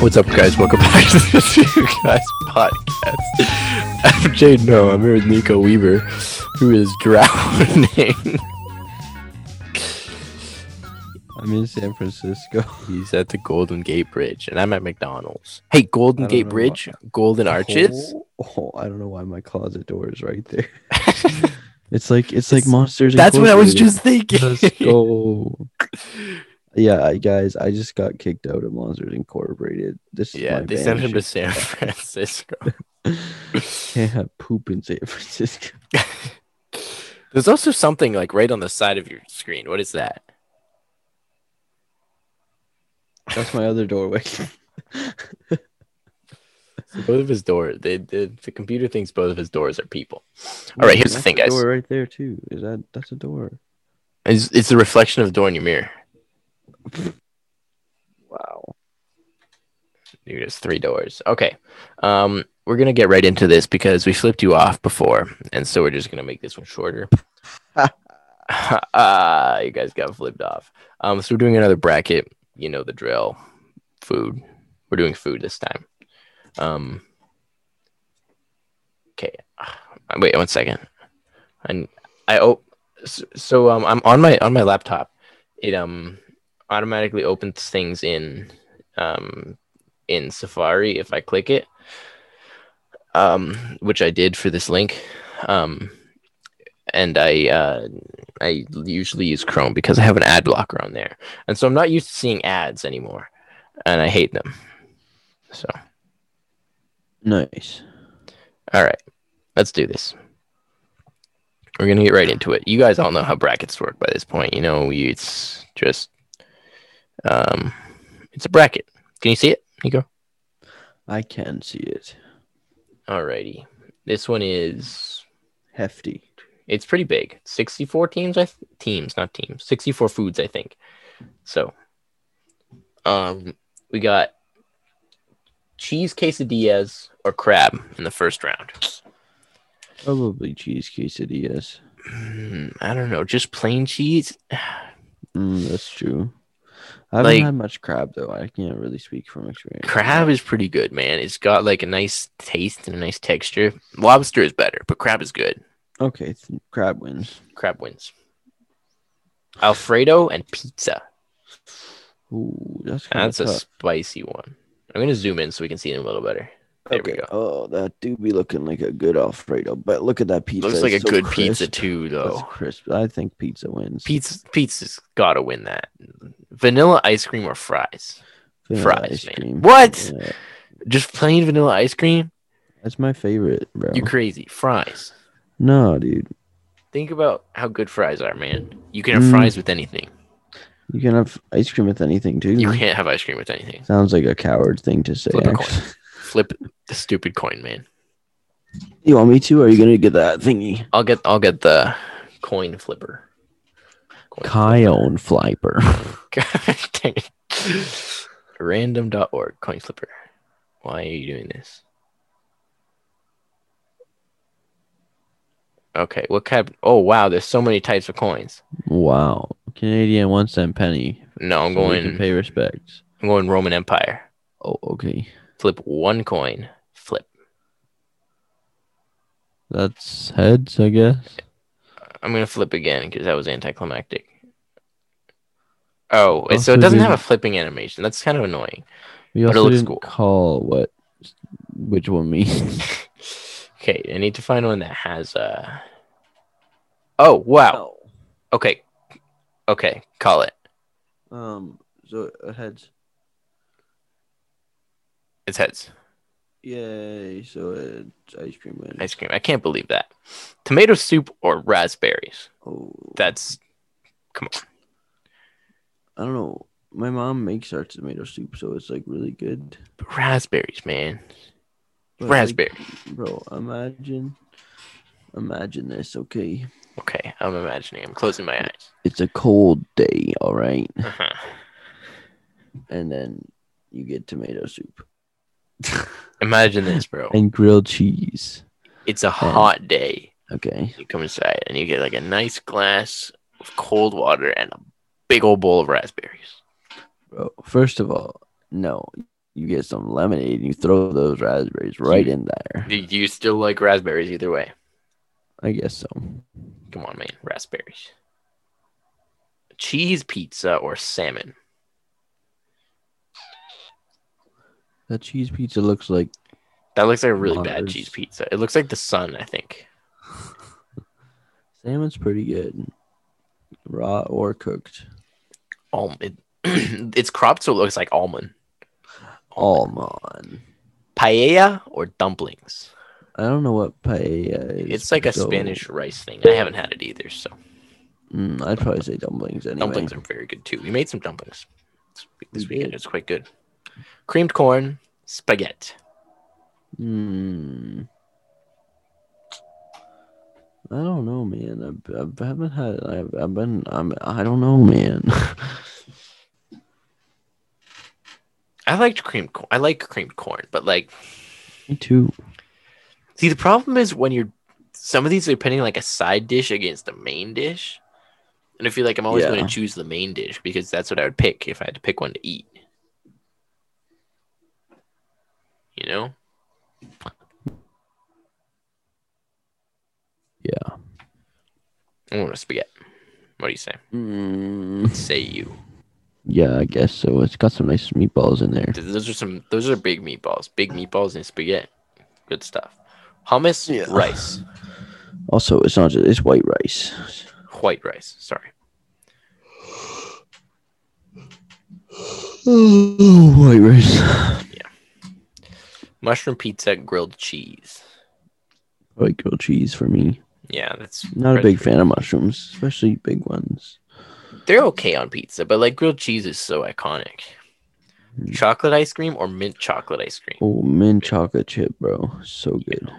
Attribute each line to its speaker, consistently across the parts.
Speaker 1: What's up, guys? Welcome back to the Two Guys podcast. I'm Jade No. I'm here with Nico Weaver, who is drowning.
Speaker 2: I'm in San Francisco.
Speaker 1: He's at the Golden Gate Bridge, and I'm at McDonald's. Hey, Golden
Speaker 2: I don't
Speaker 1: Gate
Speaker 2: know
Speaker 1: Bridge, Golden Arches.
Speaker 2: Oh, oh, I don't know why my closet door is right there. It's like it's, like monsters.
Speaker 1: That's what I was
Speaker 2: Incorporated.
Speaker 1: just thinking.
Speaker 2: Let's go. yeah, I- guys, I just got kicked out of Monsters Incorporated. This is
Speaker 1: yeah,
Speaker 2: my
Speaker 1: they sent him to San
Speaker 2: banishment.
Speaker 1: Francisco.
Speaker 2: Can't have poop in San Francisco.
Speaker 1: There's also something like right on the side of your screen. What is that?
Speaker 2: That's my other doorway.
Speaker 1: So both of his doors. They, they, the computer thinks both of his doors are people. All right, here's the
Speaker 2: That's
Speaker 1: thing,
Speaker 2: a
Speaker 1: guys.
Speaker 2: Door right there too. Is that that's a door?
Speaker 1: It's, it's the reflection of the door in your mirror.
Speaker 2: Wow.
Speaker 1: Dude, it's three doors. Okay. Um, we're gonna get right into this because we flipped you off before, and so we're just gonna make this one shorter. Ah, you guys got flipped off. Um, so we're doing another bracket. You know the drill. Food. We're doing food this time. Um. Okay. Ah, Wait one second. And I oh, so, so um, I'm on my on my laptop. It um automatically opens things in um in Safari if I click it, um, which I did for this link. Um, and I uh, I usually use Chrome because I have an ad blocker on there, and so I'm not used to seeing ads anymore, and I hate them. So
Speaker 2: Nice.
Speaker 1: all right, let's do this. We're gonna get right into it. You guys all know how brackets work by this point. You know, you- it's just um, it's a bracket. Can you see it, Nico?
Speaker 2: I can see it.
Speaker 1: Alrighty. This one is
Speaker 2: Hefty.
Speaker 1: it's pretty big. 64 teams I th- teams, not teams. 64 foods I think. So um we got cheese quesadillas or crab in the first round.
Speaker 2: Probably cheese quesadillas.
Speaker 1: Mm, I don't know, just plain cheese.
Speaker 2: Mm, that's true. I haven't
Speaker 1: Like-
Speaker 2: had much crab though. I can't really speak from experience.
Speaker 1: Crab is pretty good, man. It's got like a nice taste and a nice texture. Lobster is better, but crab is good.
Speaker 2: Okay, th- crab wins.
Speaker 1: Crab wins. Alfredo and pizza.
Speaker 2: Ooh, that's kind of
Speaker 1: That's a
Speaker 2: tough.
Speaker 1: spicy one. I'm gonna zoom in so we can see it a little better. there we
Speaker 2: Okay,
Speaker 1: go.
Speaker 2: Oh, that do be looking like a good Alfredo, but look at that pizza.
Speaker 1: Looks like a
Speaker 2: it's so
Speaker 1: good
Speaker 2: crisp.
Speaker 1: pizza too,
Speaker 2: That's
Speaker 1: though.
Speaker 2: crisp. I think pizza wins.
Speaker 1: Pizza, pizza's gotta win that. Vanilla ice cream or fries?
Speaker 2: Vanilla
Speaker 1: fries,
Speaker 2: ice
Speaker 1: man.
Speaker 2: cream.
Speaker 1: What?
Speaker 2: Yeah,
Speaker 1: Just plain vanilla ice cream?
Speaker 2: that's my favorite, bro.
Speaker 1: You crazy? Fries.
Speaker 2: no, dude.
Speaker 1: Think about how good fries are, man. You can have
Speaker 2: Mm.
Speaker 1: fries with anything.
Speaker 2: You can have ice cream with anything too.
Speaker 1: You can't have ice cream with anything.
Speaker 2: Sounds like a coward thing to say.
Speaker 1: Flip a coin.
Speaker 2: actually.
Speaker 1: Flip the stupid coin, man.
Speaker 2: You want me to? Or are you gonna get that thingy?
Speaker 1: I'll get. I'll get the coin flipper. Coin
Speaker 2: Kion Flipper.
Speaker 1: Dang it. Random.org coin flipper. Why are you doing this? Okay, what kind? oh wow, there's so many types of coins.
Speaker 2: Wow. Canadian one cent penny.
Speaker 1: No, I'm
Speaker 2: So we can
Speaker 1: going.
Speaker 2: pay respects.
Speaker 1: I'm going Roman Empire.
Speaker 2: Oh, okay.
Speaker 1: Flip one coin. Flip.
Speaker 2: That's heads, I guess.
Speaker 1: I'm gonna flip again because that was anticlimactic. Oh, it- so
Speaker 2: Also
Speaker 1: it doesn't have a
Speaker 2: didn't-
Speaker 1: flipping animation. That's kind of annoying.
Speaker 2: We
Speaker 1: But it
Speaker 2: also
Speaker 1: looks
Speaker 2: didn't
Speaker 1: cool.
Speaker 2: call what which one means.
Speaker 1: okay, I need to find one that has Uh... Oh wow. Okay. Okay. Call it.
Speaker 2: Um. So uh, heads.
Speaker 1: It's heads.
Speaker 2: Yay! So it's ice cream wins.
Speaker 1: Ice cream. I can't believe that. Tomato soup or raspberries.
Speaker 2: Oh,
Speaker 1: That's
Speaker 2: I don't know. My mom makes our tomato soup, so it's like really good.
Speaker 1: raspberries, man.
Speaker 2: But, like,
Speaker 1: Raspberry.
Speaker 2: bro, imagine, imagine this. Okay,
Speaker 1: Okay. I'm imagining. I'm closing my eyes.
Speaker 2: it's a cold day. All right,
Speaker 1: Uh-huh.
Speaker 2: and then you get tomato soup
Speaker 1: Imagine this, bro.
Speaker 2: and grilled cheese.
Speaker 1: It's a hot day.
Speaker 2: Okay.
Speaker 1: You come inside and you get like a nice glass of cold water and a big old bowl of raspberries.
Speaker 2: Bro, first of all, no. you get some lemonade and you throw those raspberries right in there.
Speaker 1: Do you still like raspberries either way?
Speaker 2: I guess so.
Speaker 1: Come on, man. Raspberries. Cheese pizza or salmon?
Speaker 2: That cheese pizza looks like
Speaker 1: That looks like a really bad
Speaker 2: Mars.
Speaker 1: cheese pizza. It looks like the sun, I think.
Speaker 2: salmon's pretty good, raw or cooked.
Speaker 1: Alm- it, it's cropped so it looks like almond.
Speaker 2: Almond.
Speaker 1: Paella or dumplings?
Speaker 2: I don't know what paella is.
Speaker 1: It's like a
Speaker 2: so-
Speaker 1: Spanish rice thing. I haven't had it either, so
Speaker 2: Mm, I'd probably say dumplings anyway.
Speaker 1: dumplings are very good too. We made some dumplings this week- this weekend. It's quite good. Creamed corn, spaghetti.
Speaker 2: Mm. I don't know, man. I, I haven't had. I've, I've been. I'm. I don't know, man.
Speaker 1: I liked creamed corn. I like creamed corn, but like,
Speaker 2: Me too.
Speaker 1: see, the problem is when you're some of these are putting like a side dish against the main dish, and I feel like I'm always
Speaker 2: Yeah.
Speaker 1: going to choose the main dish because that's what I would pick if I had to pick one to eat. You know,
Speaker 2: Yeah.
Speaker 1: I want a spaghetti. What do you say?
Speaker 2: Mm.
Speaker 1: Say you.
Speaker 2: Yeah, I guess so. It's got some nice meatballs in there.
Speaker 1: Th- Those are some. Those are big meatballs. Big meatballs and spaghetti. Good stuff. Hummus,
Speaker 2: Yeah.
Speaker 1: rice,
Speaker 2: Also, it's not just it's white rice.
Speaker 1: white rice. Sorry.
Speaker 2: Oh, white rice.
Speaker 1: Mushroom pizza, grilled cheese.
Speaker 2: White grilled cheese for me.
Speaker 1: Yeah, that's
Speaker 2: Not a
Speaker 1: pretty-
Speaker 2: big fan of mushrooms, especially big ones.
Speaker 1: They're okay on pizza, but like grilled cheese is so iconic.
Speaker 2: Mhm.
Speaker 1: Chocolate ice cream or mint chocolate ice cream
Speaker 2: Oh, mint chocolate chip, bro, so good.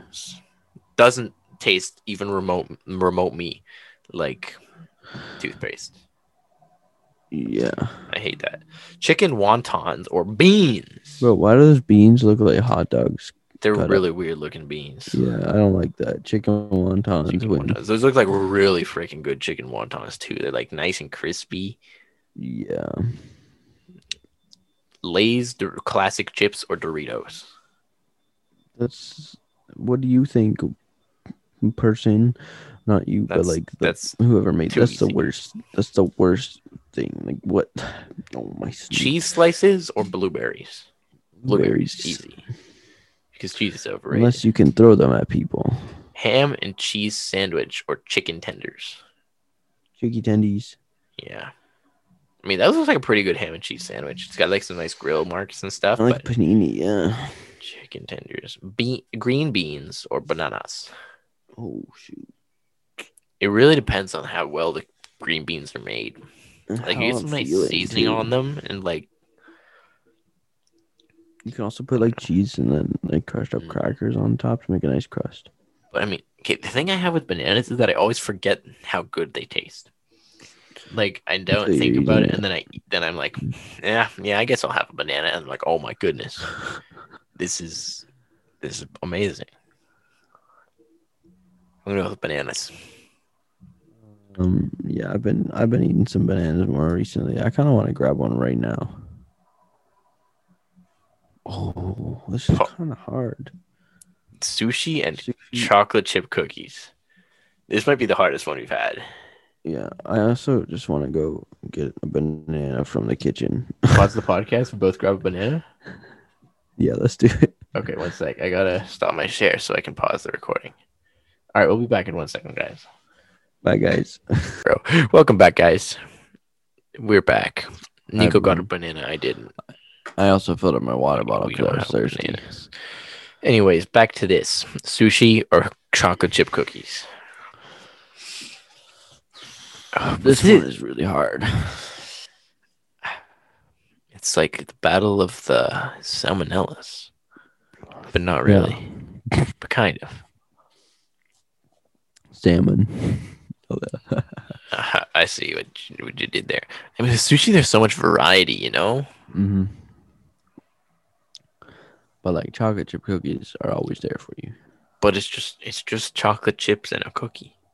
Speaker 1: doesn't taste even remote remote me like toothpaste.
Speaker 2: Yeah,
Speaker 1: I hate that. Chicken wontons or beans.
Speaker 2: bro. Why do those beans look like hot dogs?
Speaker 1: They're
Speaker 2: got it.
Speaker 1: really weird looking beans.
Speaker 2: Yeah, I don't like that. Chicken wontons.
Speaker 1: Chicken
Speaker 2: wouldn't-
Speaker 1: wontons. Those look like really freaking good chicken wontons too. They're like nice and crispy.
Speaker 2: Yeah,
Speaker 1: Lay's Dor- classic chips or Doritos.
Speaker 2: that's. What do you think, person? Not you,
Speaker 1: That's-
Speaker 2: but like the,
Speaker 1: that's
Speaker 2: whoever made
Speaker 1: too
Speaker 2: that's the
Speaker 1: easy.
Speaker 2: worst. That's the worst thing. Like what? Oh my sneeze.
Speaker 1: Cheese slices or blueberries. Blueberries,
Speaker 2: Blueberries.
Speaker 1: easy. Because cheese is overrated.
Speaker 2: Unless you can throw them at people.
Speaker 1: Ham and cheese sandwich or chicken tenders.
Speaker 2: Chicky tendies.
Speaker 1: Yeah. I mean, that looks like a pretty good ham and cheese sandwich. It's got like some nice grill marks and stuff,
Speaker 2: I like
Speaker 1: but
Speaker 2: panini. Yeah.
Speaker 1: chicken tenders. Be- green beans or bananas.
Speaker 2: Oh shoot.
Speaker 1: It really depends on how well the green beans are made.
Speaker 2: And
Speaker 1: Like,
Speaker 2: how
Speaker 1: you get
Speaker 2: I'm
Speaker 1: some nice
Speaker 2: feeling,
Speaker 1: seasoning
Speaker 2: too.
Speaker 1: on them and like
Speaker 2: You can also put like cheese and then like crushed up
Speaker 1: Mm.
Speaker 2: crackers on top to make a nice crust.
Speaker 1: But I mean, okay, the thing I have with bananas is that I always forget how good they taste. Like I don't
Speaker 2: thought you
Speaker 1: think
Speaker 2: were
Speaker 1: about
Speaker 2: eating
Speaker 1: it, and then I then I'm like, yeah, yeah, I guess I'll have a banana, and I'm like, oh my goodness, this is this is amazing. I'm gonna go with bananas.
Speaker 2: Um, yeah, I've been I've been eating some bananas more recently. I kind of want to grab one right now. Oh, this is
Speaker 1: Huh.
Speaker 2: kind of hard.
Speaker 1: Sushi and
Speaker 2: Sushi-
Speaker 1: chocolate chip cookies. This might be the hardest one we've had.
Speaker 2: Yeah, I also just want to go get a banana from the kitchen.
Speaker 1: Pause the podcast. We both grab a banana.
Speaker 2: yeah, let's do it.
Speaker 1: Okay, one sec. I gotta stop my share so I can pause the recording. All right, we'll be back in one second, guys.
Speaker 2: Bye, guys.
Speaker 1: bro. Welcome back, guys. We're back. Nico got a
Speaker 2: Everyone.
Speaker 1: banana. I didn't.
Speaker 2: I also filled up my water bottle
Speaker 1: We
Speaker 2: because
Speaker 1: don't
Speaker 2: I was
Speaker 1: have
Speaker 2: thirsty.
Speaker 1: bananas. Anyways, back to this sushi or chocolate chip cookies. Oh,
Speaker 2: Uh, This
Speaker 1: it-
Speaker 2: one is really hard.
Speaker 1: it's like the battle of the salmonellas, but not really, but kind of.
Speaker 2: Salmon.
Speaker 1: Uh, I see what you, what you did there. I mean, with sushi, there's so much variety, you know.
Speaker 2: Mm-hmm. But like chocolate chip cookies are always there for you.
Speaker 1: But it's just it's just chocolate chips and a cookie.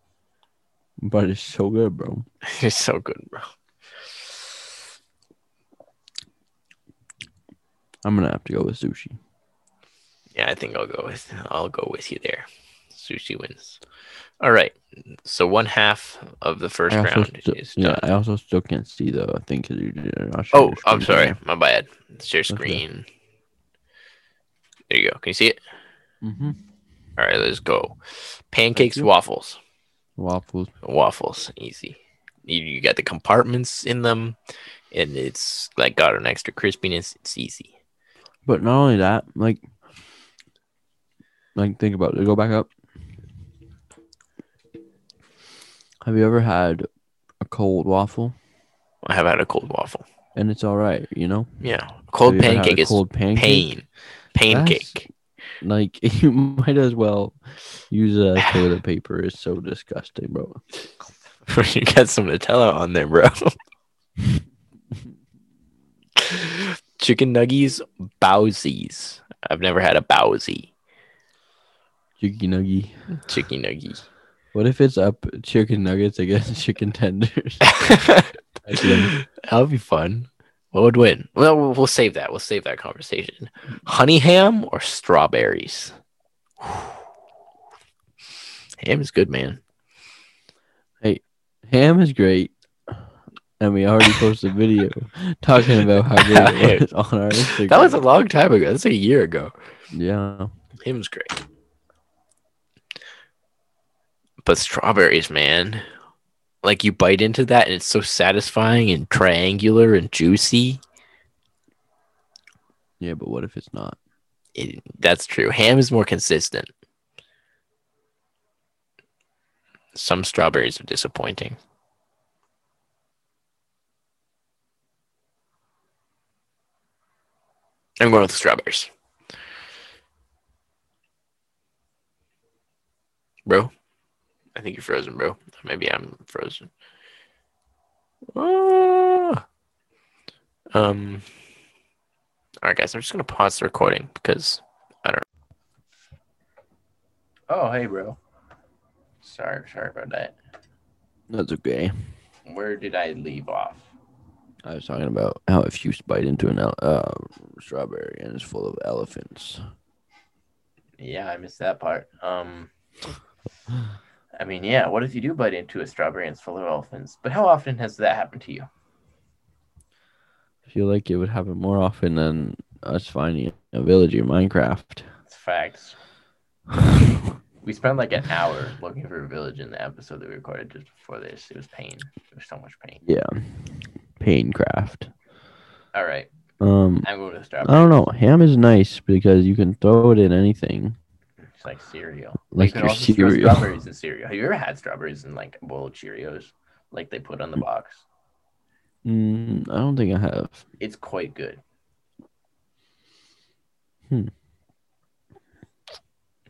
Speaker 2: But it's so good, bro.
Speaker 1: It's so good, bro.
Speaker 2: I'm gonna have to go with sushi.
Speaker 1: Yeah, I think I'll go with I'll go with you there. Sushi wins. All right. So one half of the first
Speaker 2: I also
Speaker 1: round
Speaker 2: sti-
Speaker 1: is
Speaker 2: yeah,
Speaker 1: done.
Speaker 2: I also still can't see though. I think 'cause you did not share
Speaker 1: oh,
Speaker 2: your
Speaker 1: I'm
Speaker 2: screen
Speaker 1: sorry.
Speaker 2: there.
Speaker 1: My bad. Share
Speaker 2: okay.
Speaker 1: screen. There you go. Can you see it?
Speaker 2: Mhm.
Speaker 1: All right, let's go. Pancakes,
Speaker 2: you.
Speaker 1: waffles,
Speaker 2: Waffles.
Speaker 1: waffles. Easy. You, you got the compartments in them, and it's like got an extra crispiness. It's easy.
Speaker 2: But not only that, like, like think about it. Go back up. Have you ever had a cold waffle?
Speaker 1: I have had a cold waffle.
Speaker 2: And it's all right, you know.
Speaker 1: Yeah, cold
Speaker 2: Have you ever had a
Speaker 1: pancake is
Speaker 2: cold pancake.
Speaker 1: pain. Pancake.
Speaker 2: Like you might as well use a toilet paper. It's so disgusting, bro.
Speaker 1: you got some Nutella on there, bro. Chicken nuggies, bowsies. I've never had a bowsie.
Speaker 2: Chicken nugget.
Speaker 1: Chicken nuggie.
Speaker 2: What if it's up chicken nuggets against chicken tenders?
Speaker 1: that would be fun. What would win? Well, we'll we'll save that. We'll save that conversation. Honey ham or strawberries? ham is good, man.
Speaker 2: Ham is great. And we already posted a video talking about how great it was on our Instagram.
Speaker 1: That was a long time ago. That's a year ago.
Speaker 2: yeah.
Speaker 1: Ham's great. But strawberries, man. Like you bite into that and it's so satisfying and triangular and juicy.
Speaker 2: Yeah, but what if it's not?
Speaker 1: It, that's true. Ham is more consistent. Some strawberries are disappointing. I'm going with strawberries. Bro, I think you're frozen, bro. Maybe I'm frozen. Ah. Um. All right, guys, I'm just gonna pause the recording because I don't. Oh, hey, bro. Sorry, sorry about that.
Speaker 2: That's okay.
Speaker 1: Where did I leave off?
Speaker 2: I was talking about how if you bite into an ele- uh, strawberry and it's full of elephants.
Speaker 1: Yeah, I missed that part. Um, I mean, yeah. What if you do bite into a strawberry and it's full of elephants? But how often has that happened to you?
Speaker 2: I feel like it would happen more often than us finding a village in Minecraft.
Speaker 1: It's facts. We spent like an hour looking for a village in the episode that we recorded just before this. It was pain. It was so much pain.
Speaker 2: yeah. Paincraft.
Speaker 1: All right,
Speaker 2: Um
Speaker 1: I'm going to
Speaker 2: I
Speaker 1: strawberry.
Speaker 2: don't know. Ham is nice because you can throw it in anything.
Speaker 1: It's like cereal.
Speaker 2: Like
Speaker 1: you can
Speaker 2: your
Speaker 1: also throw
Speaker 2: cereal.
Speaker 1: strawberries in cereal. Have you ever had strawberries in like a bowl of Cheerios, like they put on the
Speaker 2: Hmm.
Speaker 1: box?
Speaker 2: Mm, I don't think I have.
Speaker 1: It's quite good.
Speaker 2: Hmm.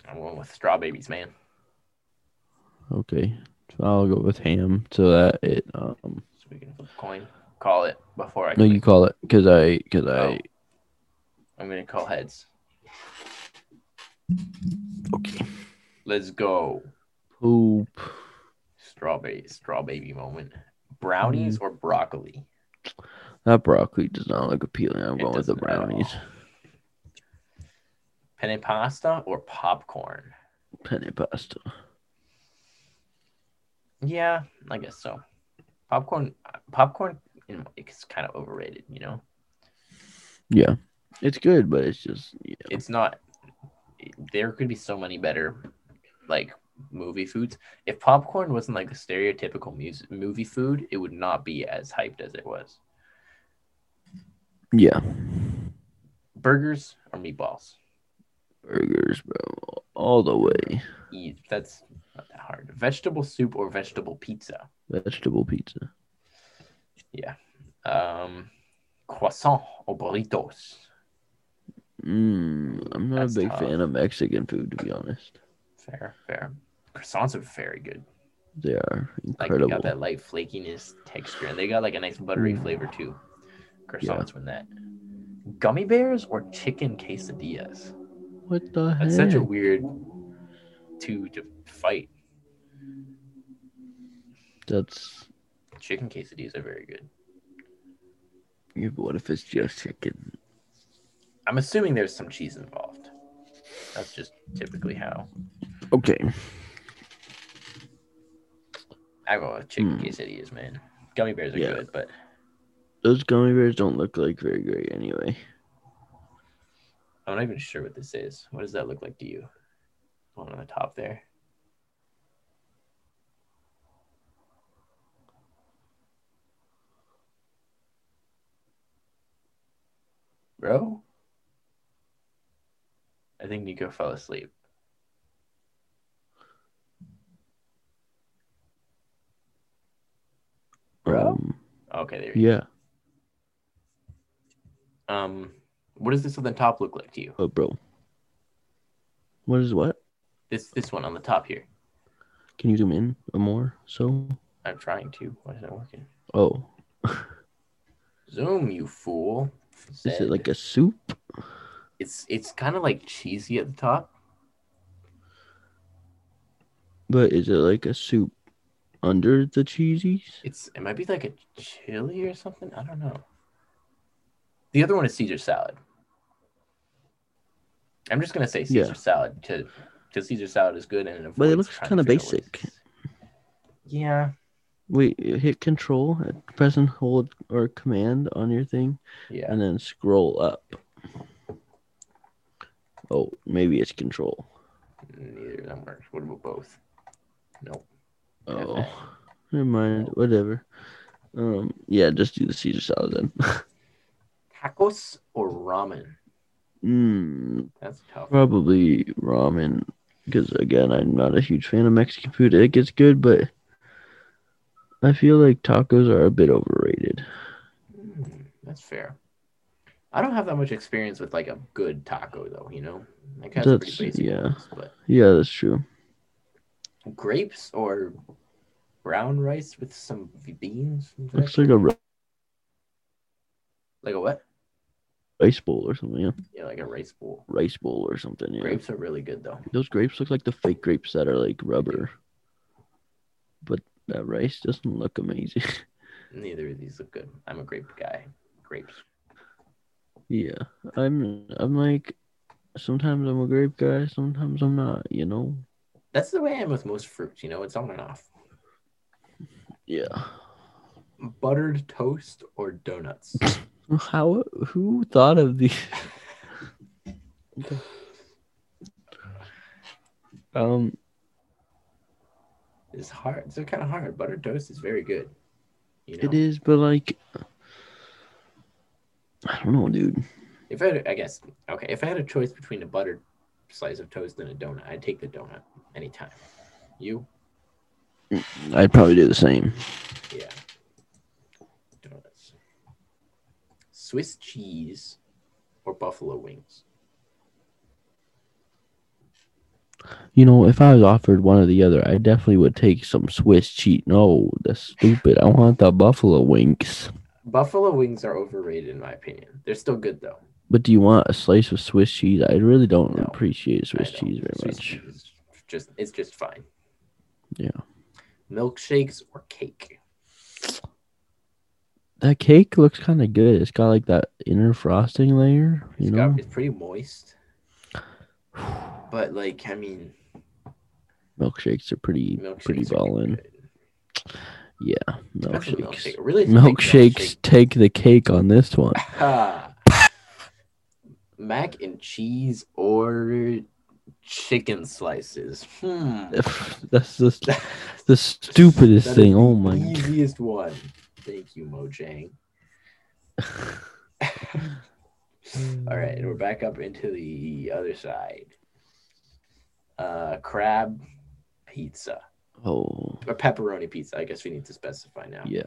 Speaker 1: I'm going with straw babies, man.
Speaker 2: Okay. So I'll go with ham so that it um
Speaker 1: So we can flip a coin. Call it before I.
Speaker 2: no you
Speaker 1: click.
Speaker 2: call it cuz I cuz I
Speaker 1: I'm gonna call heads.
Speaker 2: okay.
Speaker 1: Let's go.
Speaker 2: Poop.
Speaker 1: Strawberry, straw baby moment.
Speaker 2: Hmm.
Speaker 1: Brownies or broccoli?
Speaker 2: That broccoli does not look appealing. I'm
Speaker 1: It
Speaker 2: going with the
Speaker 1: doesn't at all.
Speaker 2: brownies.
Speaker 1: Penne pasta or popcorn?
Speaker 2: Penne pasta.
Speaker 1: Yeah, I guess so. Popcorn, popcorn, you know, it's kind of overrated. You know,
Speaker 2: Yeah. It's good, but it's just yeah.
Speaker 1: it's not. There could be so many better, like movie foods. If popcorn wasn't like a stereotypical music, movie food, it would not be as hyped as it was.
Speaker 2: yeah.
Speaker 1: Burgers or meatballs?
Speaker 2: Burgers, bro. All the way.
Speaker 1: Eat. E, That's not that hard. Vegetable soup or vegetable pizza?
Speaker 2: Vegetable pizza.
Speaker 1: Um, croissant or burritos?
Speaker 2: Mm, I'm not
Speaker 1: That's
Speaker 2: a big
Speaker 1: tough.
Speaker 2: fan of Mexican food to be honest.
Speaker 1: Fair, fair. Croissants are very good.
Speaker 2: They are
Speaker 1: Like
Speaker 2: incredible.
Speaker 1: they got that light flakiness texture, and they got like a nice buttery
Speaker 2: Mm.
Speaker 1: flavor too. Croissants with that. Gummy bears or chicken quesadillas?
Speaker 2: what the heck?
Speaker 1: That's such a weird two to fight.
Speaker 2: That's
Speaker 1: Chicken quesadillas are very good.
Speaker 2: Yeah, but what if it's just chicken?
Speaker 1: I'm assuming there's some cheese involved. That's just typically how
Speaker 2: Okay.
Speaker 1: I go with chicken
Speaker 2: Hmm.
Speaker 1: quesadillas, man. Gummy bears are
Speaker 2: Yeah.
Speaker 1: good, but
Speaker 2: Those gummy bears don't look like very great anyway.
Speaker 1: I'm not even sure what this is. What does that look like to you? One on the top there. Bro? I think Nico fell asleep. Bro?
Speaker 2: Um,
Speaker 1: Okay, there you
Speaker 2: yeah.
Speaker 1: go. Um, what does this on the top look like to you?
Speaker 2: Oh, bro. What is what?
Speaker 1: This this one on the top here.
Speaker 2: Can you zoom in a more? So.
Speaker 1: I'm trying to. Why is that working?
Speaker 2: Oh,
Speaker 1: Zoom, you fool.
Speaker 2: is
Speaker 1: said.
Speaker 2: it like a soup?
Speaker 1: it's it's kind of like cheesy at the top.
Speaker 2: But is it like a soup under the cheesies?
Speaker 1: It's it might be like a chili or something. I don't know. The other one is Caesar salad. I'm just gonna say Caesar
Speaker 2: Yeah.
Speaker 1: salad to because Caesar salad is good and
Speaker 2: But it
Speaker 1: avoids
Speaker 2: looks
Speaker 1: trying to
Speaker 2: kinda
Speaker 1: figure out what it
Speaker 2: basic.
Speaker 1: is. Yeah,
Speaker 2: Wait, hit control, press and hold or command on your thing,
Speaker 1: yeah.
Speaker 2: and then scroll up. Oh, maybe it's control.
Speaker 1: Neither of them works. What about both? Nope.
Speaker 2: Oh,
Speaker 1: Okay.
Speaker 2: never mind. Whatever. Um, yeah, just do the Caesar salad then.
Speaker 1: Tacos or ramen?
Speaker 2: Mm,
Speaker 1: That's tough.
Speaker 2: probably ramen, because again, I'm not a huge fan of Mexican food. It gets good, but I feel like tacos are a bit overrated.
Speaker 1: Mm, that's fair. I don't have that much experience with like a good taco though, you know? Like has pretty
Speaker 2: That's-
Speaker 1: basic
Speaker 2: yeah.
Speaker 1: ones, but
Speaker 2: Yeah, that's true.
Speaker 1: grapes or brown rice with some v- beans? and stuff?
Speaker 2: Looks like a
Speaker 1: Like a what?
Speaker 2: rice bowl or something. Yeah,
Speaker 1: Yeah, like a rice bowl.
Speaker 2: rice bowl or something. Yeah.
Speaker 1: Grapes are really good though.
Speaker 2: Those grapes look like the fake grapes that are like rubber, but that rice doesn't look amazing.
Speaker 1: Neither of these look good. I'm a grape guy. Grapes.
Speaker 2: yeah, I'm. I'm like, sometimes I'm a grape guy, sometimes I'm not. You know.
Speaker 1: That's the way I am with most fruits, you know, it's on and off.
Speaker 2: Yeah.
Speaker 1: Buttered toast or donuts?
Speaker 2: How? Who thought of these? um.
Speaker 1: It's hard. It's kind of hard. Buttered toast is very good. You know?
Speaker 2: It is, but like, I don't know, dude.
Speaker 1: If I, had, I guess, okay, if I had a choice between a buttered slice of toast and a donut, I'd take the donut anytime. You?
Speaker 2: I'd probably do the same.
Speaker 1: Yeah. Donuts. Swiss cheese or buffalo wings?
Speaker 2: You know, if I was offered one or the other, I definitely would take some Swiss cheese. No, that's stupid. I want the buffalo wings.
Speaker 1: Buffalo wings are overrated, in my opinion. They're still good, though.
Speaker 2: But do you want a slice of Swiss cheese? I really don't
Speaker 1: No,
Speaker 2: appreciate Swiss
Speaker 1: I don't-
Speaker 2: cheese very
Speaker 1: Swiss
Speaker 2: much.
Speaker 1: cheese is just, it's just fine.
Speaker 2: Yeah.
Speaker 1: Milkshakes or cake?
Speaker 2: That cake looks kind of good. It's got like that inner frosting layer,
Speaker 1: It's
Speaker 2: you
Speaker 1: got-
Speaker 2: know.
Speaker 1: it's pretty moist, but like, I mean,
Speaker 2: Milkshakes are pretty,
Speaker 1: milkshakes
Speaker 2: pretty
Speaker 1: are
Speaker 2: ballin'.
Speaker 1: good. That's a
Speaker 2: Milkshakes,
Speaker 1: milkshake. A Really thick
Speaker 2: milkshakes take the cake on this one.
Speaker 1: milkshake. Ah. Mac and cheese or chicken slices. Hmm.
Speaker 2: that's just the stupidest
Speaker 1: That is
Speaker 2: thing. Oh my! g-
Speaker 1: Easiest one. Thank you, Mojang. All right, and we're back up into the other side. Uh, crab pizza
Speaker 2: Oh
Speaker 1: or pepperoni pizza. I guess we need to specify now.
Speaker 2: yeah,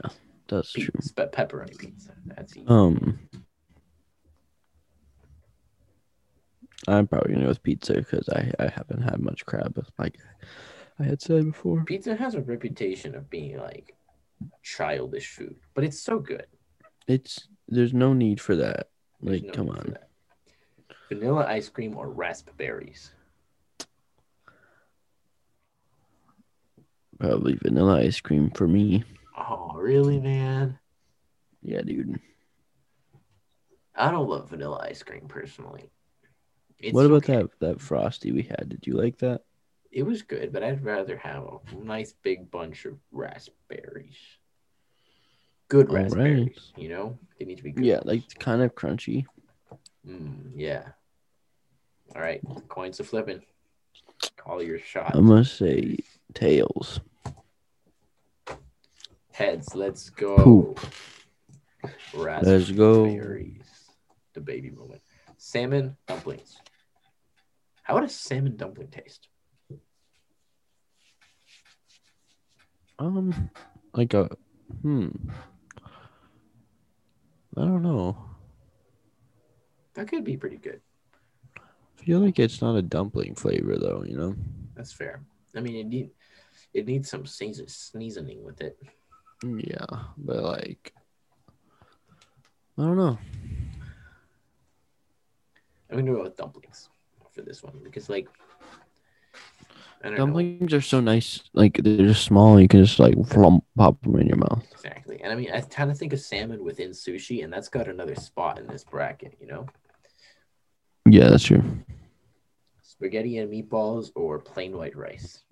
Speaker 2: that's
Speaker 1: Pe-
Speaker 2: true.
Speaker 1: spe- pepperoni pizza. That's easy.
Speaker 2: Um, I'm probably gonna go with pizza because I, I haven't had much crab like I had said before.
Speaker 1: Pizza has a reputation of being like childish food, but it's so good.
Speaker 2: It's there's no need for that.
Speaker 1: There's
Speaker 2: Like,
Speaker 1: no
Speaker 2: come
Speaker 1: need for
Speaker 2: on.
Speaker 1: that. Vanilla ice cream or raspberries?
Speaker 2: Probably vanilla ice cream for me.
Speaker 1: Oh, really, man?
Speaker 2: Yeah, dude.
Speaker 1: I don't love vanilla ice cream personally. It's
Speaker 2: what about
Speaker 1: okay.
Speaker 2: that that frosty we had? Did you like that?
Speaker 1: It was good, but I'd rather have a nice big bunch of raspberries. Good
Speaker 2: All right.
Speaker 1: raspberries, you know? They need to be good.
Speaker 2: Yeah,
Speaker 1: ones.
Speaker 2: like kind of crunchy.
Speaker 1: Mm, yeah. All right, coins are flipping. Call your shot.
Speaker 2: I'm gonna say tails.
Speaker 1: Heads, let's go.
Speaker 2: Poop.
Speaker 1: Raspberries.
Speaker 2: go.
Speaker 1: The baby moment. Salmon dumplings. How would a salmon dumpling taste?
Speaker 2: Um, like a hmm. I don't know.
Speaker 1: That could be pretty good.
Speaker 2: I feel like it's not a dumpling flavor though. You know.
Speaker 1: That's fair. I mean, it need it needs some season, seasoning with it.
Speaker 2: Yeah, but like, I don't know.
Speaker 1: I'm gonna go with dumplings for this one because, like, I don't
Speaker 2: Dumplings are so nice. Like they're just small. You can just like flump, pop them in your mouth.
Speaker 1: know exactly. And I mean, I kind of think of salmon within sushi, and that's got another spot in this bracket. You know,
Speaker 2: Yeah, that's true.
Speaker 1: spaghetti and meatballs or plain white rice.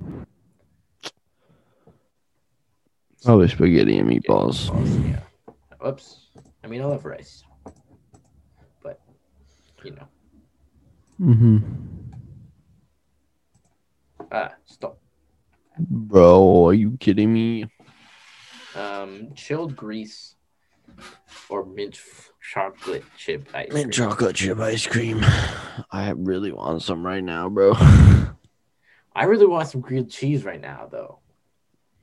Speaker 2: Probably spaghetti and meatballs.
Speaker 1: Meatballs, yeah. Oops. I mean, I love rice, but you know,
Speaker 2: Mm-hmm.
Speaker 1: ah, stop.
Speaker 2: Bro, are you kidding me?
Speaker 1: Um, chilled grease or mint f- chocolate chip ice.
Speaker 2: Mint
Speaker 1: cream.
Speaker 2: chocolate chip ice cream. I really want some right now, bro.
Speaker 1: I really want some grilled cheese right now, though.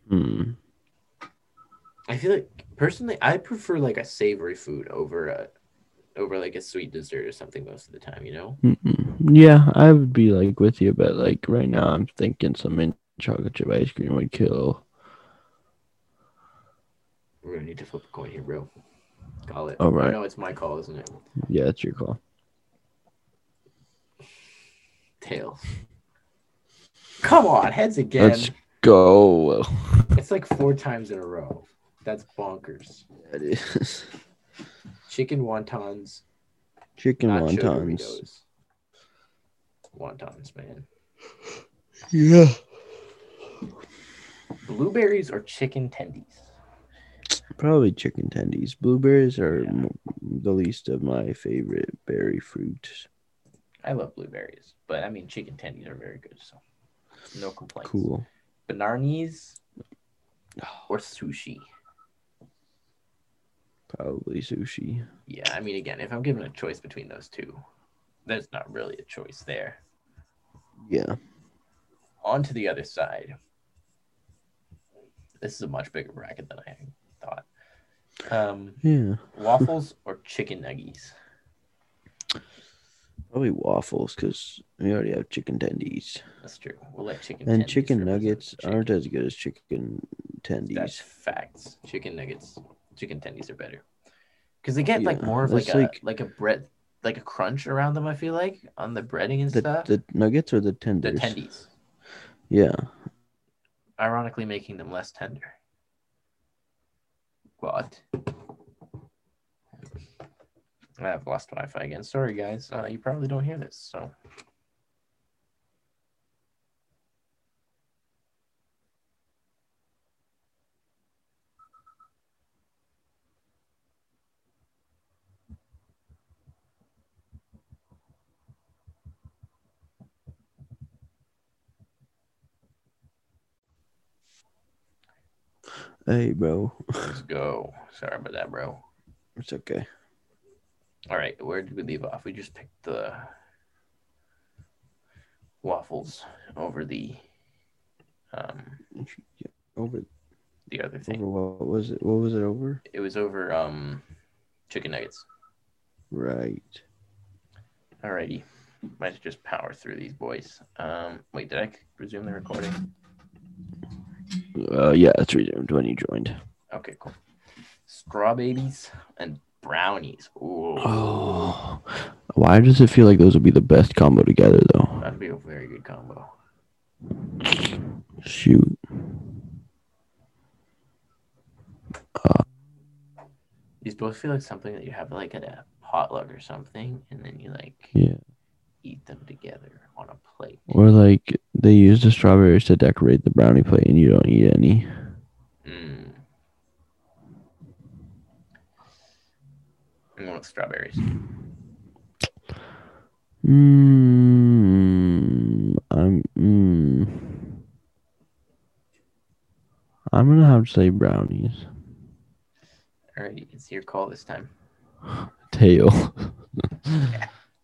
Speaker 2: Hmm.
Speaker 1: I feel like personally, I prefer like a savory food over a over like a sweet dessert or something most of the time. You know,
Speaker 2: Mm-mm. Mm-hmm. Yeah, I would be like with you, but like right now, I'm thinking some mint chocolate chip ice cream would kill.
Speaker 1: we're gonna need to flip a coin here, bro. Call it.
Speaker 2: All right.
Speaker 1: No, it's my call, isn't it?
Speaker 2: Yeah, that's your call.
Speaker 1: Tails. Come on, heads again.
Speaker 2: Let's go.
Speaker 1: It's like four times in a row. That's bonkers.
Speaker 2: That is
Speaker 1: Chicken wontons,
Speaker 2: chicken
Speaker 1: nacho
Speaker 2: wontons.
Speaker 1: Doritos. Wontons, man.
Speaker 2: Yeah.
Speaker 1: Blueberries or chicken tendies.
Speaker 2: Probably chicken tendies. Blueberries are
Speaker 1: Yeah.
Speaker 2: m- the least of my favorite berry fruits.
Speaker 1: I love blueberries, but I mean chicken tendies are very good, so no complaints.
Speaker 2: Cool.
Speaker 1: Bananas or sushi.
Speaker 2: Probably sushi.
Speaker 1: Yeah, I mean again, if I'm given a choice between those two, there's not really a choice there.
Speaker 2: Yeah.
Speaker 1: On to the other side. This is a much bigger bracket than I thought. Um,
Speaker 2: Yeah.
Speaker 1: waffles or chicken nuggies?
Speaker 2: Probably waffles because we already have chicken tendies.
Speaker 1: That's true. We'll let chicken
Speaker 2: And
Speaker 1: tendies
Speaker 2: chicken
Speaker 1: represent
Speaker 2: nuggets
Speaker 1: chicken.
Speaker 2: aren't as good as chicken tendies.
Speaker 1: That's facts. Chicken nuggets, chicken tendies are better because they get like
Speaker 2: Yeah,
Speaker 1: more of
Speaker 2: that's
Speaker 1: like a like, a bread like a crunch around them. I feel like on the breading and
Speaker 2: the,
Speaker 1: stuff.
Speaker 2: the nuggets or the
Speaker 1: the
Speaker 2: tenders?
Speaker 1: tendies,
Speaker 2: Yeah.
Speaker 1: ironically, making them less tender. What? I've lost Wi-Fi again. Sorry, guys. Uh, you probably don't hear this, so
Speaker 2: Hey, bro.
Speaker 1: let's go. Sorry about that, bro.
Speaker 2: It's okay.
Speaker 1: All right, where did we leave off? We just picked the waffles over the um
Speaker 2: Yeah, Over,
Speaker 1: the other thing.
Speaker 2: over what was it? What was it over?
Speaker 1: It was over um chicken nuggets.
Speaker 2: Right.
Speaker 1: Alrighty. Might just power through these boys. Um wait, did I resume the recording?
Speaker 2: Uh, yeah, that's resumed when you joined.
Speaker 1: Okay, cool. Straw babies and brownies. Ooh.
Speaker 2: Oh, why does it feel like those would be the best combo together, though?
Speaker 1: That'd be a very good combo.
Speaker 2: Shoot.
Speaker 1: These both feel like something that you have like at a potluck or something, and then you like
Speaker 2: Yeah.
Speaker 1: eat them together on a plate.
Speaker 2: Or like they use the strawberries to decorate the brownie plate and you don't eat any.
Speaker 1: Mm. I want strawberries.
Speaker 2: Mm, I'm mm. I'm gonna have to say brownies.
Speaker 1: All right, it's your call this time.
Speaker 2: Tail.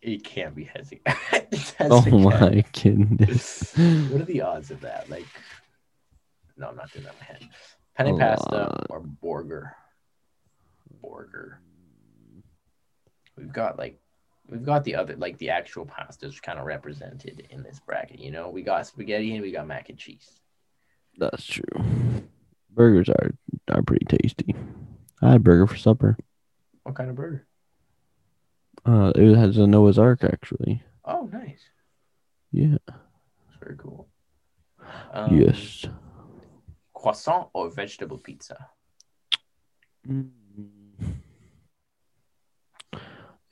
Speaker 1: You can't be hesitant. That's
Speaker 2: oh
Speaker 1: okay.
Speaker 2: my goodness.
Speaker 1: what are the odds of that? Like, no, I'm not doing that in my head. Penny
Speaker 2: A
Speaker 1: pasta
Speaker 2: lot.
Speaker 1: or burger. Burger. We've got like, we've got the other like the actual pastas kind of represented in this bracket. You know, we got spaghetti and we got mac and cheese.
Speaker 2: That's true. Burgers are are pretty tasty. I had a burger for supper.
Speaker 1: What kind of burger?
Speaker 2: Uh, it has a Noah's Ark actually.
Speaker 1: Oh, nice.
Speaker 2: Yeah.
Speaker 1: That's very cool. Um,
Speaker 2: yes.
Speaker 1: Croissant or vegetable pizza? mm.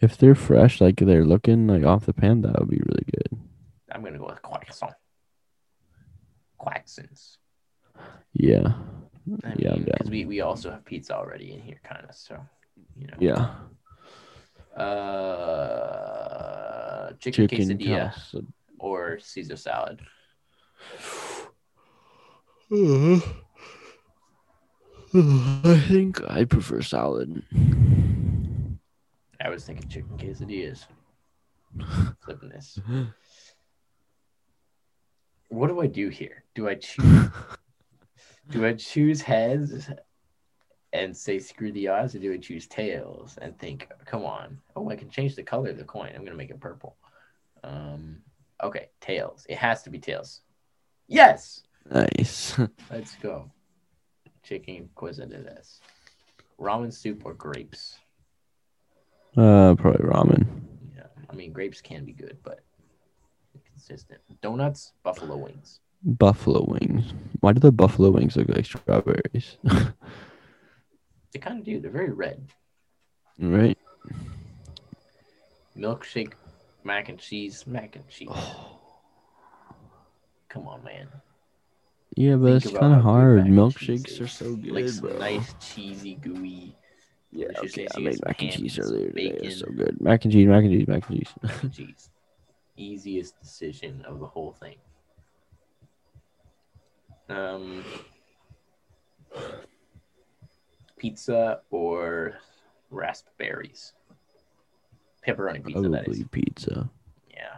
Speaker 2: If they're fresh, like they're looking like off the pan, that would be really good.
Speaker 1: I'm gonna go with croissant. Quaxons.
Speaker 2: Yeah.
Speaker 1: I
Speaker 2: Yeah, I'm
Speaker 1: mean,
Speaker 2: down.
Speaker 1: because we, we also have pizza already in here, kind of. So, you know.
Speaker 2: Yeah.
Speaker 1: Uh, chicken,
Speaker 2: Chicken
Speaker 1: quesadilla
Speaker 2: casa-
Speaker 1: or Caesar salad.
Speaker 2: I think I prefer salad.
Speaker 1: I was thinking chicken quesadillas. Flipping this. What do I do here? Do I choose? do I choose heads and say screw the odds, or do I choose tails and think, come on? Oh, I can change the color of the coin. I'm gonna make it purple. Um, okay, tails. It has to be tails. Yes.
Speaker 2: Nice.
Speaker 1: Let's go. Chicken quesadillas. Ramen soup or grapes?
Speaker 2: Uh, probably ramen.
Speaker 1: Yeah, I mean grapes can be good, but consistent. Donuts, buffalo wings.
Speaker 2: Buffalo wings. Why do the buffalo wings look like strawberries?
Speaker 1: They kind of do. They're very red.
Speaker 2: right?
Speaker 1: Milkshake, mac and cheese, mac and cheese.
Speaker 2: Oh.
Speaker 1: Come on, man.
Speaker 2: Yeah, but
Speaker 1: Think
Speaker 2: it's
Speaker 1: about
Speaker 2: kind
Speaker 1: how
Speaker 2: of
Speaker 1: good
Speaker 2: hard.
Speaker 1: mac and cheese
Speaker 2: Milkshakes
Speaker 1: is.
Speaker 2: are so good,
Speaker 1: like some
Speaker 2: bro.
Speaker 1: nice cheesy gooey.
Speaker 2: yeah,
Speaker 1: delicious
Speaker 2: okay. I
Speaker 1: things. You
Speaker 2: made
Speaker 1: get
Speaker 2: mac and
Speaker 1: some
Speaker 2: cheese
Speaker 1: ham,
Speaker 2: earlier today. It
Speaker 1: bacon.
Speaker 2: was so good. Mac and cheese, mac and cheese, mac and cheese.
Speaker 1: mac and cheese. Easiest decision of the whole thing. Um, pizza or raspberries? Pepperoni pizza, that
Speaker 2: Probably
Speaker 1: is.
Speaker 2: pizza.
Speaker 1: Yeah.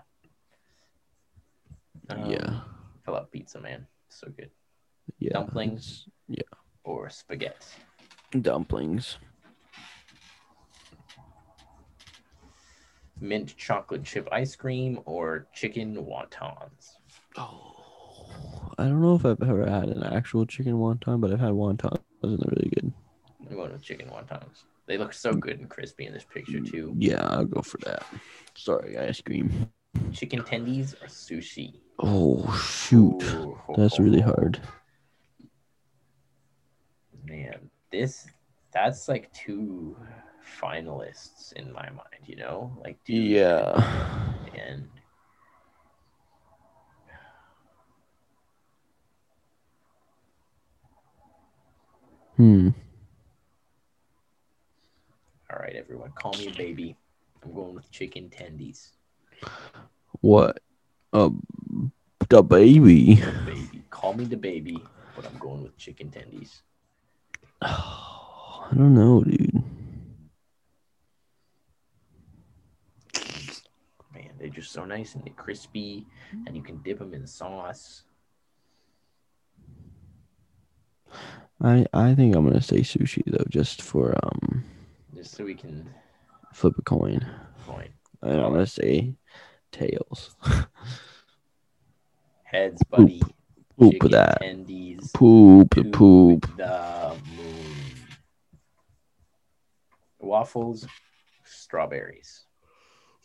Speaker 1: Um,
Speaker 2: yeah.
Speaker 1: I love pizza, man. So good.
Speaker 2: Yeah.
Speaker 1: dumplings?
Speaker 2: yeah.
Speaker 1: Or spaghetti?
Speaker 2: Dumplings.
Speaker 1: Mint chocolate chip ice cream or chicken wontons?
Speaker 2: Oh. I don't know if I've ever had an actual chicken wonton, but I've had wonton. Wasn't really good.
Speaker 1: I'm going with chicken wontons. They look so good and crispy in this picture, too.
Speaker 2: Yeah, I'll go for that. Sorry, ice cream.
Speaker 1: Chicken tendies or sushi?
Speaker 2: Oh shoot,
Speaker 1: Ooh, ho,
Speaker 2: that's
Speaker 1: ho,
Speaker 2: really
Speaker 1: ho.
Speaker 2: hard.
Speaker 1: Man, this that's like two finalists in my mind, you know? Like two
Speaker 2: Yeah.
Speaker 1: and
Speaker 2: Hmm.
Speaker 1: all right everyone, call me a baby. I'm going with chicken tendies.
Speaker 2: What? Um, the baby.
Speaker 1: Baby. Call me the baby, but I'm going with chicken tendies.
Speaker 2: I don't know, dude.
Speaker 1: Man, they're just so nice and they're crispy and you can dip them in sauce.
Speaker 2: I I think I'm gonna say sushi though, just for um
Speaker 1: Just so we can
Speaker 2: flip a coin.
Speaker 1: point.
Speaker 2: And I'm gonna say tails.
Speaker 1: Heads, buddy.
Speaker 2: Poop
Speaker 1: chicken
Speaker 2: that.
Speaker 1: Tendies.
Speaker 2: Poop,
Speaker 1: to
Speaker 2: poop.
Speaker 1: The moon. Waffles, strawberries.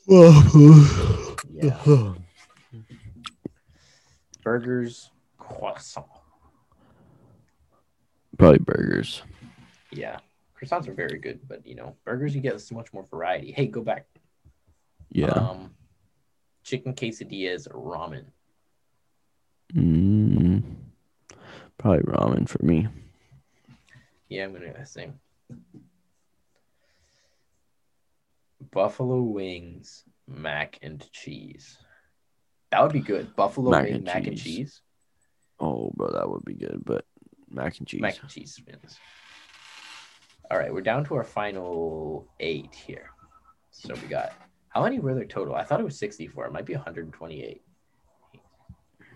Speaker 1: Yeah. Burgers, croissant.
Speaker 2: Probably burgers.
Speaker 1: Yeah. croissants are very good, but you know, burgers you get so much more variety. Hey, go back.
Speaker 2: Yeah.
Speaker 1: Um, chicken quesadillas, ramen.
Speaker 2: Mm, probably ramen for me.
Speaker 1: Yeah, I'm gonna do that same. Buffalo wings, mac and cheese. That would be good. Buffalo
Speaker 2: Mac
Speaker 1: wing,
Speaker 2: and
Speaker 1: mac and
Speaker 2: cheese.
Speaker 1: cheese.
Speaker 2: Oh, bro, that would be good. But mac and cheese.
Speaker 1: Mac and cheese spins. All right, we're down to our final eight here. So we got how many were there total? I thought it was 64. It might be 128.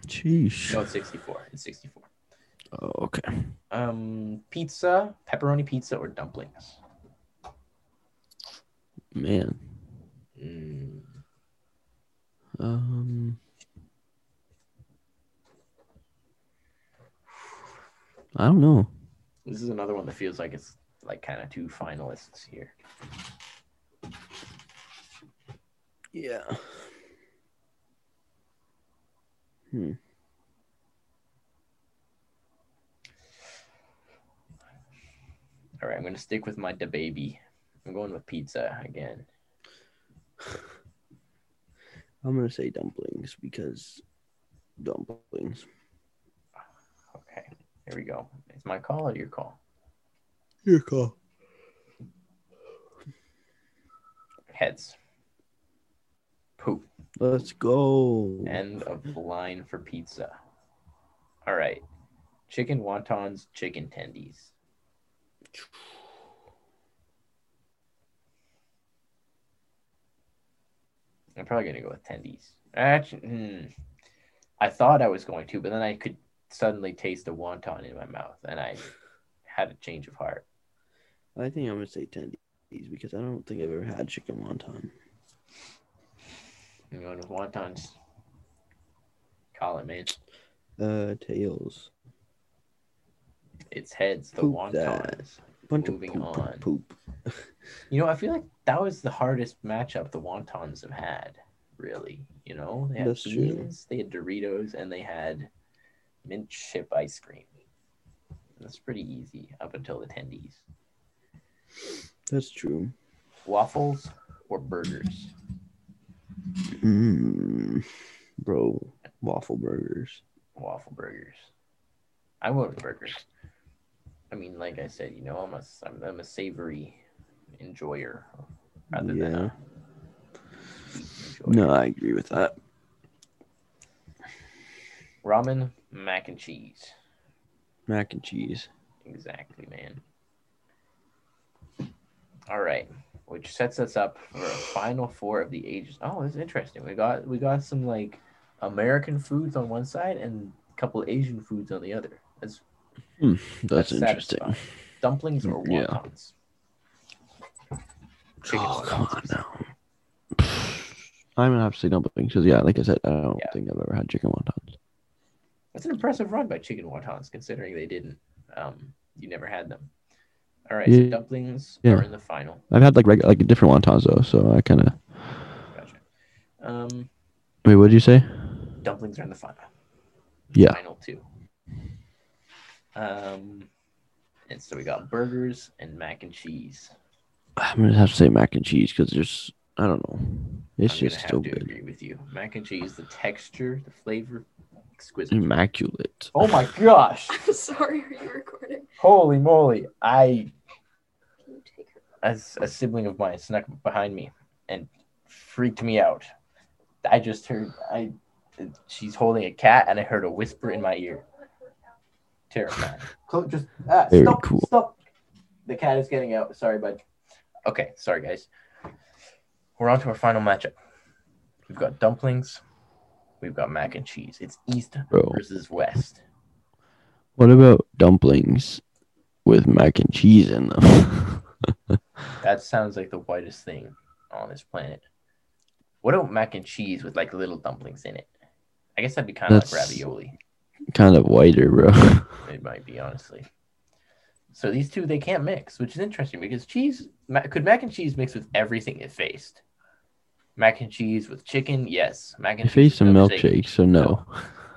Speaker 2: Cheese.
Speaker 1: No, it's 64. It's 64.
Speaker 2: Oh, okay.
Speaker 1: Um, pizza, pepperoni pizza, or dumplings.
Speaker 2: Man.
Speaker 1: Mm,
Speaker 2: Um. I don't know.
Speaker 1: this is another one that feels like it's like kind of two finalists here.
Speaker 2: Yeah.
Speaker 1: All right, I'm gonna stick with my baby. I'm going with pizza again.
Speaker 2: I'm gonna say dumplings because dumplings.
Speaker 1: Okay, here we go. It's my call or your call?
Speaker 2: Your call.
Speaker 1: Heads. Poop.
Speaker 2: Let's go.
Speaker 1: End of line for pizza. All right. Chicken wontons, chicken tendies. I'm probably going to go with tendies. Actually, mm, I thought I was going to, but then I could suddenly taste a wonton in my mouth and I had a change of heart.
Speaker 2: I think I'm gonna say tendies because I don't think I've ever had chicken wonton.
Speaker 1: I'm going with wontons. Call it, man.
Speaker 2: Uh, tails.
Speaker 1: It's heads, the
Speaker 2: Poop that.
Speaker 1: wontons.
Speaker 2: Bunch
Speaker 1: Moving
Speaker 2: of poop,
Speaker 1: on.
Speaker 2: poop, poop.
Speaker 1: You know, I feel like that was the hardest matchup the Wontons have had, really. You know, they had
Speaker 2: That's true.
Speaker 1: beans, they had Doritos, and they had mint chip ice cream. That's pretty easy up until the tendies.
Speaker 2: That's true.
Speaker 1: Waffles or burgers?
Speaker 2: Mm, bro, waffle burgers.
Speaker 1: Waffle burgers. I went with burgers. I mean, like I said, you know, I'm a, I'm, I'm a savory enjoyer rather than a sweet enjoyer.
Speaker 2: No, I agree with that.
Speaker 1: Ramen, mac and cheese.
Speaker 2: Mac and cheese.
Speaker 1: Exactly, man. All right, which sets us up for a final four of the ages. Oh, this is interesting. We got we got some like American foods on one side and a couple Asian foods on the other. That's
Speaker 2: That's, interesting.
Speaker 1: satisfying. Dumplings or
Speaker 2: Yeah.
Speaker 1: wontons? Chicken
Speaker 2: Oh,
Speaker 1: wontons.
Speaker 2: come on now. I'm gonna have to say dumpling because yeah, like I said, I don't
Speaker 1: Yeah.
Speaker 2: think I've ever had chicken wontons.
Speaker 1: That's an impressive run by chicken wontons, considering they didn't. Um, you never had them. All right, so
Speaker 2: Yeah.
Speaker 1: dumplings
Speaker 2: Yeah.
Speaker 1: are in the final.
Speaker 2: I've had like reg- like different wontons though, so I kind of.
Speaker 1: Gotcha. Um,
Speaker 2: Wait, what did you say?
Speaker 1: dumplings are in the final.
Speaker 2: Yeah.
Speaker 1: Final two. Um, and so we got burgers and mac and cheese.
Speaker 2: I'm gonna have to say mac and cheese because there's I don't know. It's
Speaker 1: I'm gonna
Speaker 2: just
Speaker 1: have
Speaker 2: so
Speaker 1: to
Speaker 2: good,
Speaker 1: agree with you. Mac and cheese, the texture, the flavor, exquisite.
Speaker 2: Mm. immaculate.
Speaker 1: Oh my gosh!
Speaker 3: I'm sorry, are you recording?
Speaker 1: Holy moly! I,
Speaker 3: Can you take her?
Speaker 1: as a sibling of mine, snuck behind me and freaked me out. I just heard I, she's holding a cat, and I heard a whisper in my ear. terrifying. Clo- just ah,
Speaker 2: Very
Speaker 1: stop,
Speaker 2: cool.
Speaker 1: stop. The cat is getting out. Sorry, bud. Okay, sorry guys. We're on to our final matchup. We've got dumplings. We've got mac and cheese. It's East
Speaker 2: Bro.
Speaker 1: versus West.
Speaker 2: What about dumplings with mac and cheese in them?
Speaker 1: That sounds like the whitest thing on this planet. What about mac and cheese with like little dumplings in it? I guess that'd be kind of like
Speaker 2: That's-
Speaker 1: ravioli.
Speaker 2: kind of whiter, bro.
Speaker 1: It might be honestly. So these two they can't mix, which is interesting because cheese ma- could mac and cheese mix with everything it faced. Mac and cheese with chicken, yes. Mac
Speaker 2: I
Speaker 1: and
Speaker 2: faced
Speaker 1: with
Speaker 2: some milkshake, so no.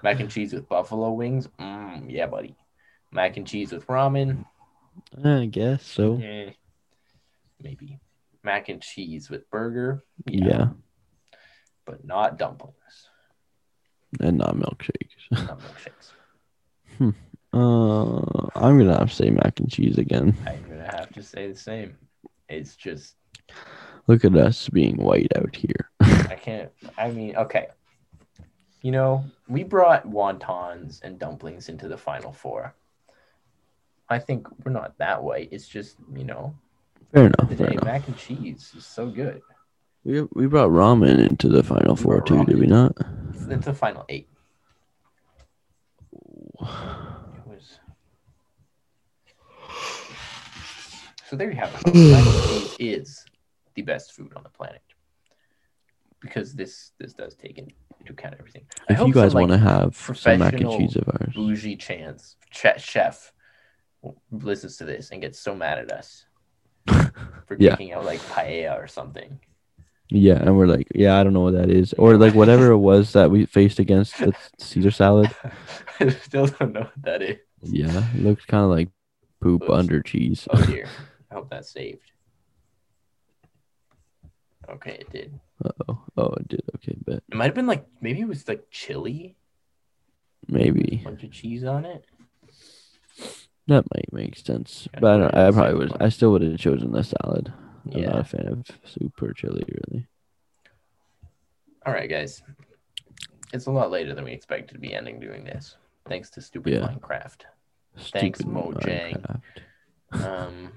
Speaker 1: Mac and cheese with buffalo wings, mm, yeah, buddy. Mac and cheese with ramen,
Speaker 2: I guess so.
Speaker 1: Eh, maybe mac and cheese with burger.
Speaker 2: Yeah,
Speaker 1: but not dumplings.
Speaker 2: and not milkshakes.
Speaker 1: Not milkshakes.
Speaker 2: Uh, I'm gonna have to say mac and cheese again.
Speaker 1: I'm gonna have to say the same. It's just
Speaker 2: Look at us being white out here.
Speaker 1: I can't. I mean, okay. You know, we brought wontons and dumplings into the final four. I think we're not that way. It's just you know,
Speaker 2: Fair enough. Fair
Speaker 1: today
Speaker 2: enough.
Speaker 1: mac and cheese is so good.
Speaker 2: We we brought ramen into the final four
Speaker 1: brought
Speaker 2: too, did we not?
Speaker 1: It's it's the final eight. It was. So there you have it. Mac and cheese is the best food on the planet because this this does take into account everything. I
Speaker 2: If you
Speaker 1: hope some,
Speaker 2: guys
Speaker 1: like,
Speaker 2: want to have some mac and
Speaker 1: professional
Speaker 2: cheese of ours,
Speaker 1: bougie chance che- chef listens to this and gets so mad at us for
Speaker 2: Yeah.
Speaker 1: picking out like paella or something.
Speaker 2: yeah, and we're like, yeah, I don't know what that is, or like whatever it was that we faced against the Caesar salad.
Speaker 1: I still don't know what that is.
Speaker 2: Yeah, it looked kind of like poop
Speaker 1: Oops.
Speaker 2: under cheese.
Speaker 1: Oh dear. I hope that's saved. Okay, it did.
Speaker 2: Oh, oh, it did. Okay, but
Speaker 1: It might have been like maybe it was like chili,
Speaker 2: maybe
Speaker 1: bunch of cheese on it.
Speaker 2: that might make sense.
Speaker 1: Yeah,
Speaker 2: But I, don't,
Speaker 1: we're in
Speaker 2: I
Speaker 1: the
Speaker 2: probably
Speaker 1: same
Speaker 2: would.
Speaker 1: boat.
Speaker 2: I still would have chosen the salad. I'm
Speaker 1: Yeah.
Speaker 2: not a fan of soup or chili, really.
Speaker 1: All right, guys. It's a lot later than we expected to be ending doing this. Thanks to stupid
Speaker 2: Yeah.
Speaker 1: Minecraft.
Speaker 2: Stupid
Speaker 1: Thanks, Mojang.
Speaker 2: Minecraft.
Speaker 1: Um,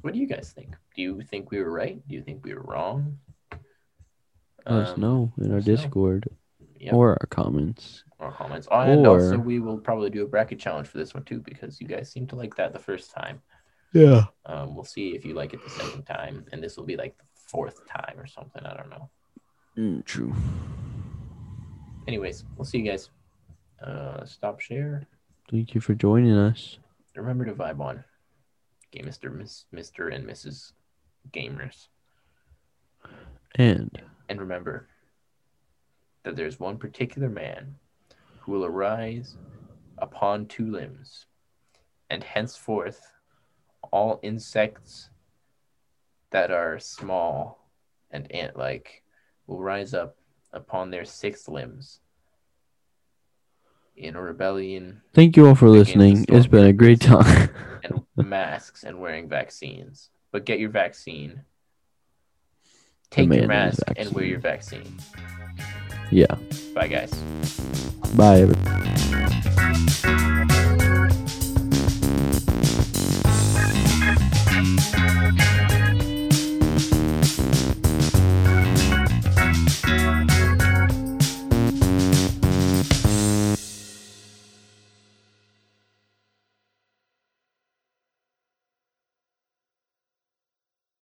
Speaker 1: what do you guys think? Do you think we were right? Do you think we were wrong?
Speaker 2: Let us
Speaker 1: Um,
Speaker 2: know in our
Speaker 1: us know.
Speaker 2: Discord
Speaker 1: Yep, or,
Speaker 2: or our comments.
Speaker 1: comments. Oh, and also,
Speaker 2: or-
Speaker 1: we will probably do a bracket challenge for this one too because you guys seem to like that the first time.
Speaker 2: Yeah.
Speaker 1: Um, we'll see if you like it the second time, and this will be like the fourth time or something. I don't know.
Speaker 2: Mm, true.
Speaker 1: Anyways, we'll see you guys. Uh, stop share.
Speaker 2: Thank you for joining us.
Speaker 1: Remember to vibe on. Game Mister, Miss, Mister, and Mrs. Gamers.
Speaker 2: And
Speaker 1: And remember that there's one particular man who will arise upon two limbs, and henceforth all insects that are small and ant like will rise up upon their six limbs in a rebellion
Speaker 2: thank you all for
Speaker 1: Against the
Speaker 2: listening. It's
Speaker 1: storm.
Speaker 2: been a great time.
Speaker 1: and masks and wearing vaccines. But get your vaccine. Take your
Speaker 2: man has
Speaker 1: mask and wear
Speaker 2: vaccine.
Speaker 1: your vaccine.
Speaker 2: yeah.
Speaker 1: Bye, guys.
Speaker 2: Bye, everyone.